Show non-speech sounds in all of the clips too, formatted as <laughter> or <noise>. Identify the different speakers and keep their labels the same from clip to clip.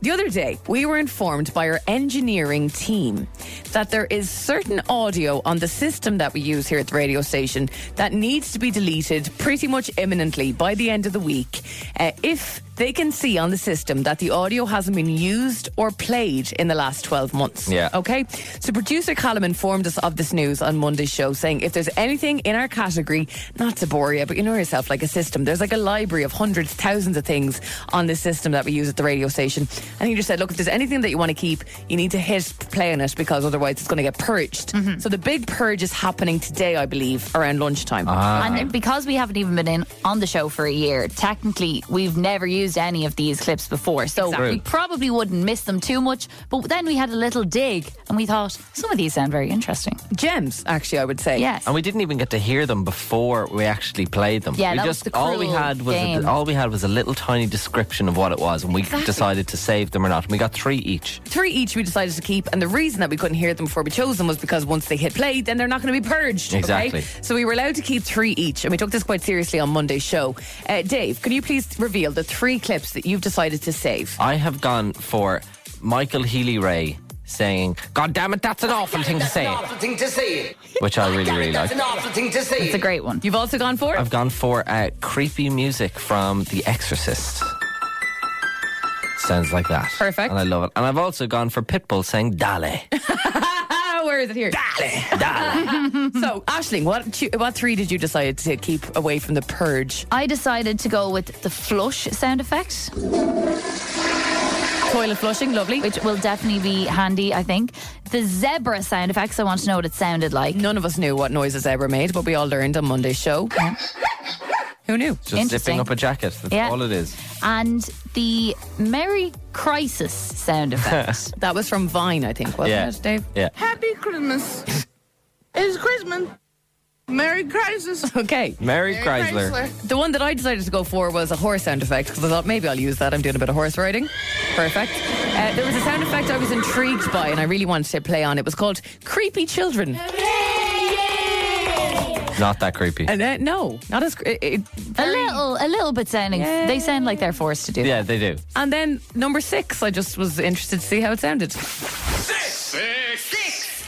Speaker 1: The other day, we were informed by our engineering team that there is certain audio on the system that we use here at the radio station that needs to be deleted pretty much imminently by the end of the week uh, if they can see on the system that the audio hasn't been used or played in the last 12 months.
Speaker 2: Yeah.
Speaker 1: Okay? So producer Callum informed us of this news on Monday's show, saying if there's anything in our category, not to bore you, but you know yourself, like a system, there's like a library of hundreds, thousands of things on this system that we use at the radio station. And he just said, look, if there's anything that you want to keep, you need to hit play on it because otherwise it's going to get purged. So the big purge is happening today, I believe, around lunchtime.
Speaker 3: And because we haven't even been in on the show for a year, technically we've never used any of these clips before. So
Speaker 1: Exactly.
Speaker 3: we probably wouldn't miss them too much. But then we had a little dig and we thought some of these sound very interesting.
Speaker 1: Gems, actually, I would say.
Speaker 3: Yes.
Speaker 2: And we didn't even get to hear them before we actually played them.
Speaker 3: Yeah,
Speaker 2: we
Speaker 3: that was
Speaker 2: just
Speaker 3: the
Speaker 2: all we
Speaker 3: cruel
Speaker 2: had was a,
Speaker 3: game.
Speaker 2: all we had was a little tiny description of what it was, and we decided to save them or not. And we got three each.
Speaker 1: Three each we decided to keep, and the reason that we couldn't hear them before we chose them was because once they hit play, then they're not going to be purged. okay?
Speaker 2: Exactly.
Speaker 1: So we were allowed to keep three each, and we took this quite seriously on Monday's show. Uh, Dave, can you please reveal the three clips that you've decided to save?
Speaker 2: I have gone for Michael Healy Ray saying, "God damn it, that's an awful thing to
Speaker 4: That's
Speaker 3: <laughs>
Speaker 4: an
Speaker 2: say,"
Speaker 4: awful thing to say.
Speaker 2: which I really
Speaker 4: Damn it,
Speaker 2: really
Speaker 4: that's
Speaker 2: like.
Speaker 4: an awful thing to say.
Speaker 3: It's a great one.
Speaker 1: You've also gone for it?
Speaker 2: I've gone for uh, creepy music from The Exorcist. Sounds like that.
Speaker 1: Perfect.
Speaker 2: And I love it. And I've also gone for Pitbull saying "Dale."
Speaker 1: Ah, where is it here? <laughs> so, Ashling, what tu- what three did you decide to keep away from the purge?
Speaker 3: I decided to go with the flush sound effect,
Speaker 1: Toilet flushing, lovely.
Speaker 3: which will definitely be handy, I think. The zebra sound effects, I want to know what it sounded like.
Speaker 1: None of us knew what noises ever made, but we all learned on Monday's show. Who knew?
Speaker 2: Just zipping
Speaker 3: Interesting.
Speaker 2: up a jacket. That's
Speaker 3: Yeah.
Speaker 2: all it is.
Speaker 3: And the Merry Crisis
Speaker 1: <laughs>
Speaker 3: sound effect.
Speaker 1: That was from Vine, I think, wasn't
Speaker 2: Yeah.
Speaker 1: it, Dave?
Speaker 2: Yeah.
Speaker 5: Happy Christmas. it's Christmas.
Speaker 1: <laughs>
Speaker 5: Merry Christmas.
Speaker 1: Okay.
Speaker 2: Mary Chrysler.
Speaker 1: The one that I decided to go for was a horse sound effect because I thought maybe I'll use that. I'm doing a bit of horse riding. Perfect. Uh, there was a sound effect I was intrigued by and I really wanted to play on. It was called Creepy Children.
Speaker 2: Not that creepy.
Speaker 1: And uh, no, not as. cre- It, it,
Speaker 3: a little, a little bit sounding. They sound like they're forced to do.
Speaker 2: yeah, they do.
Speaker 1: And then number six, I just was interested to see how it sounded.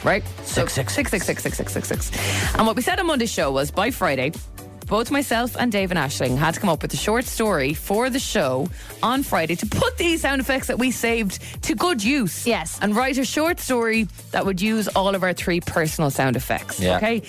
Speaker 1: Right? So
Speaker 2: six,
Speaker 1: six, six, six, six, six, six, six. And what we said on Monday's show was by Friday, both myself and Dave and Ashling had to come up with a short story for the show on Friday to put these sound effects that we saved to good use.
Speaker 3: Yes.
Speaker 1: And write a short story that would use all of our three personal sound effects.
Speaker 2: Yeah.
Speaker 1: Okay?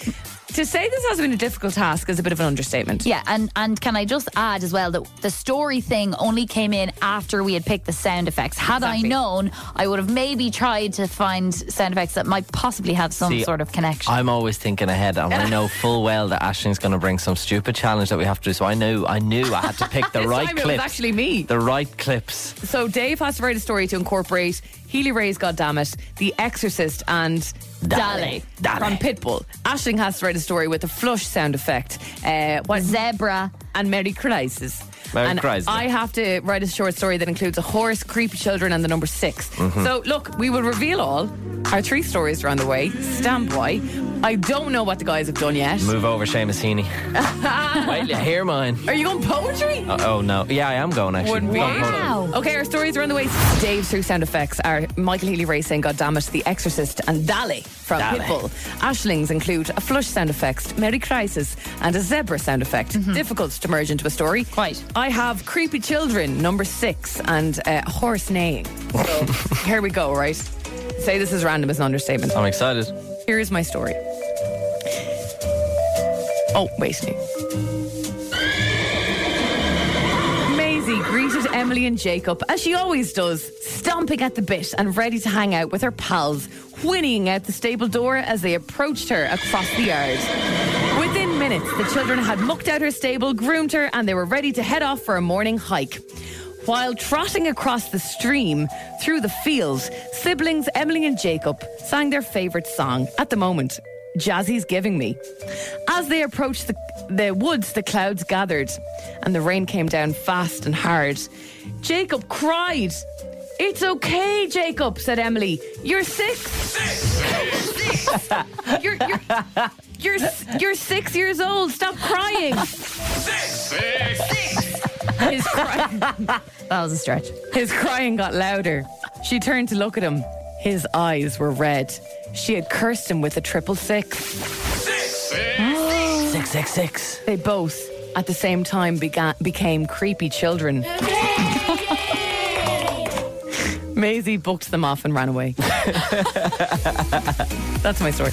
Speaker 1: To say this has been a difficult task is a bit of an understatement.
Speaker 3: Yeah, and, and can I just add as well that the story thing only came in after we had picked the sound effects. Had
Speaker 1: Exactly.
Speaker 3: I known, I would have maybe tried to find sound effects that might possibly have some
Speaker 2: See,
Speaker 3: sort of connection.
Speaker 2: I'm always thinking ahead, and I
Speaker 1: <laughs>
Speaker 2: know full well that Ashling's going to bring some stupid challenge that we have to do. So I knew, I knew I had to
Speaker 1: <laughs>
Speaker 2: pick the
Speaker 1: This
Speaker 2: right
Speaker 1: time it was
Speaker 2: clips.
Speaker 1: actually me.
Speaker 2: the right clips.
Speaker 1: So Dave has to write a story to incorporate Healy Ray's Goddammit, The Exorcist, and
Speaker 3: Dale.
Speaker 2: Dale.
Speaker 1: from Pitbull. Ashling has to write a story with a flush sound effect. Uh, what
Speaker 3: Zebra.
Speaker 1: and Merry Crisis.
Speaker 2: Merry
Speaker 1: and
Speaker 2: Christmas.
Speaker 1: I have to write a short story that includes a horse, creepy children, and the number 6
Speaker 2: Mm-hmm.
Speaker 1: So, look, we will reveal all. Our three stories are on the way. Stand by. I don't know what the guys have done yet.
Speaker 2: Move over, Seamus
Speaker 1: <laughs>
Speaker 2: Heaney. Wait, till you hear mine.
Speaker 1: Are you going poetry?
Speaker 2: Uh, oh no, yeah, I am going actually.
Speaker 1: Wouldn't we?
Speaker 2: Don't hold it.
Speaker 3: Wow.
Speaker 1: Okay, our stories are on the way. Dave's three sound effects are Michael Healy racing, God damn it, The Exorcist, and Dali from
Speaker 2: Dally.
Speaker 1: Pitbull. Ashlings include a flush sound effect, Merry Crisis, and a zebra sound effect. Difficult to merge into a story.
Speaker 3: Quite.
Speaker 1: I have creepy children, number six, and uh, horse
Speaker 2: <laughs>
Speaker 1: neighing. So here we go. Right. Say this is random is an understatement.
Speaker 2: I'm excited.
Speaker 1: Here is my story. Oh, wait. Maisie greeted Emily and Jacob as she always does, stomping at the bit and ready to hang out with her pals, whinnying out the stable door as they approached her across the yard. Within minutes, the children had mucked out her stable, groomed her, and they were ready to head off for a morning hike. While trotting across the stream through the fields, siblings Emily and Jacob sang their favourite song at the moment, Jazzy's Giving Me. As they approached the, the woods, the clouds gathered and the rain came down fast and hard. Jacob cried. It's okay, Jacob, said Emily. You're six. you're, you're, you're, s- you're six years old. Stop crying. His, cry-
Speaker 3: That was a stretch.
Speaker 1: his crying got louder. She turned to look at him. His eyes were red. She had cursed him with a triple six.
Speaker 2: Six six six.
Speaker 1: They both, at the same time, began, became creepy children. Maisie booked them off and ran away. That's my story.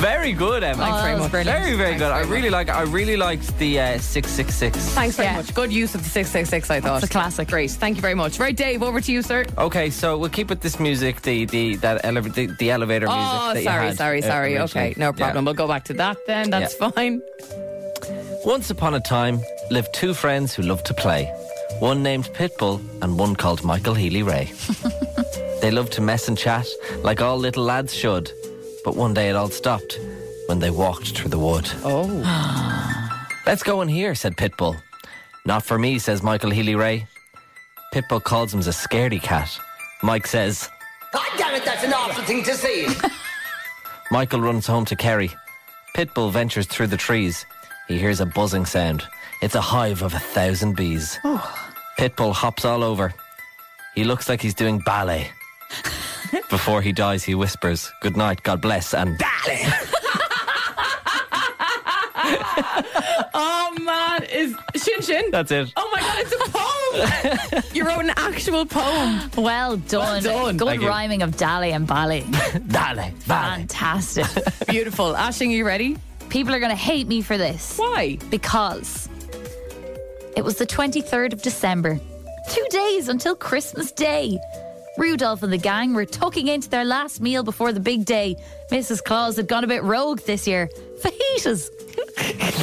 Speaker 2: Very good, Emma.
Speaker 1: Oh, Thanks very
Speaker 3: Oh, that was
Speaker 1: much.
Speaker 3: brilliant.
Speaker 2: Very very good. I really like. I really liked the uh, six six six.
Speaker 1: Thanks very
Speaker 3: Yeah.
Speaker 1: much. Good use of the 666, I thought.
Speaker 3: It's a classic.
Speaker 1: Great. Thank you very much. Right, Dave, over to you, sir.
Speaker 2: Okay, so we'll keep with this music, the the that eleva- the, the elevator music.
Speaker 1: Oh,
Speaker 2: that you
Speaker 1: sorry,
Speaker 2: had,
Speaker 1: sorry,
Speaker 2: uh,
Speaker 1: sorry.
Speaker 2: originally.
Speaker 1: Okay, no
Speaker 2: Yeah.
Speaker 1: problem. We'll go back to that then. That's fine.
Speaker 2: Once upon a time, lived two friends who loved to play. One named Pitbull and one called Michael Healy Ray. they loved to mess and chat, like all little lads should. But one day it all stopped when they walked through the wood.
Speaker 1: Oh.
Speaker 2: Let's go in here, said Pitbull. Not for me, says Michael Healy Ray. Pitbull calls him a scaredy cat. Mike says,
Speaker 4: God damn it, that's an awful thing to say.
Speaker 2: <laughs> Michael runs home to Kerry. Pitbull ventures through the trees. He hears a buzzing sound. It's a hive of a thousand bees.
Speaker 3: Oh.
Speaker 2: Pitbull hops all over. He looks like he's doing
Speaker 3: <laughs>
Speaker 2: ballet. Before he dies, he whispers, Good night, God bless, and ballet!
Speaker 1: Oh, man. Is Shin Shin?
Speaker 2: That's it.
Speaker 1: Oh, my God, it's <laughs> a poem. you wrote an actual poem.
Speaker 3: Well done.
Speaker 1: done.
Speaker 3: Good
Speaker 2: Thank you.
Speaker 3: rhyming of Dali and Bali.
Speaker 2: Ballet, ballet.
Speaker 3: Fantastic.
Speaker 1: Beautiful. Ashing, are you ready?
Speaker 3: People are going to hate me for this
Speaker 1: Why?
Speaker 3: because it was the 23rd of December, two days until Christmas Day. Rudolph and the gang were tucking into their last meal before the big day. Mrs. Claus had gone a bit rogue this year. Fajitas!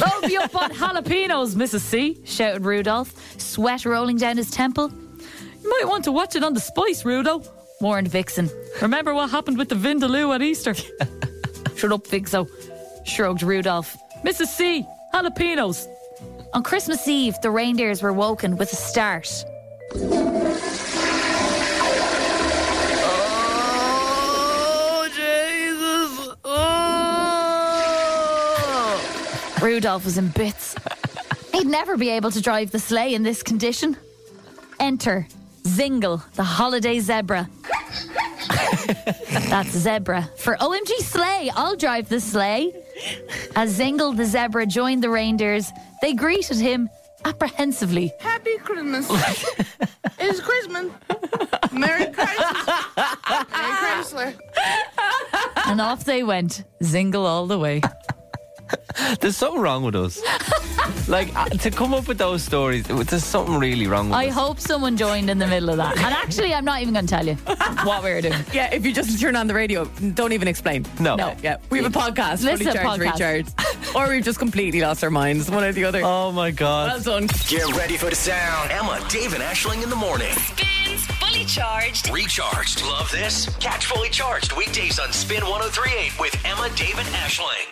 Speaker 3: <laughs> Load me up on jalapenos, Mrs. C, shouted Rudolph, sweat rolling down his temple. You might want to watch it on the spice, Rudo, warned Vixen. Remember what happened with the Vindaloo at Easter? <laughs> Shut up, Vixo, shrugged Rudolph. Mrs. C, jalapenos. On Christmas Eve, the reindeers were woken with a start. Oh, Oh. Rudolph was in <laughs> bits. He'd never be able to drive the sleigh in this condition. Enter Zingle, the holiday <laughs> zebra. That's zebra. For OMG Sleigh, I'll drive the sleigh. As Zingle the zebra joined the reindeers, they greeted him apprehensively.
Speaker 5: Happy Christmas. it's Christmas. Merry Christmas. Merry Chrysler.
Speaker 3: <laughs> And off they went, Zingle all the way.
Speaker 2: <laughs> There's something wrong with
Speaker 3: <laughs>
Speaker 2: us. like, uh, to come up with those stories, there's something really wrong with
Speaker 3: I
Speaker 2: us.
Speaker 3: hope someone joined in the middle of that. And actually, I'm not even going to tell you what we were doing.
Speaker 1: <laughs> Yeah, if you just turn on the radio, don't even explain.
Speaker 2: No.
Speaker 1: No. Yeah. We have a podcast.
Speaker 3: Listen
Speaker 1: Fully
Speaker 3: to
Speaker 1: charged,
Speaker 3: podcast.
Speaker 1: recharged. or we've just completely lost our minds, one or the other.
Speaker 2: Oh my god.
Speaker 1: Well done.
Speaker 6: Get ready for the sound.
Speaker 4: Emma, Dave, and Ashling in the morning.
Speaker 7: Spins Fully Charged.
Speaker 6: oh Recharged. Love this? Catch fully charged weekdays on Spin 1038 with Emma, Dave, and Ashling.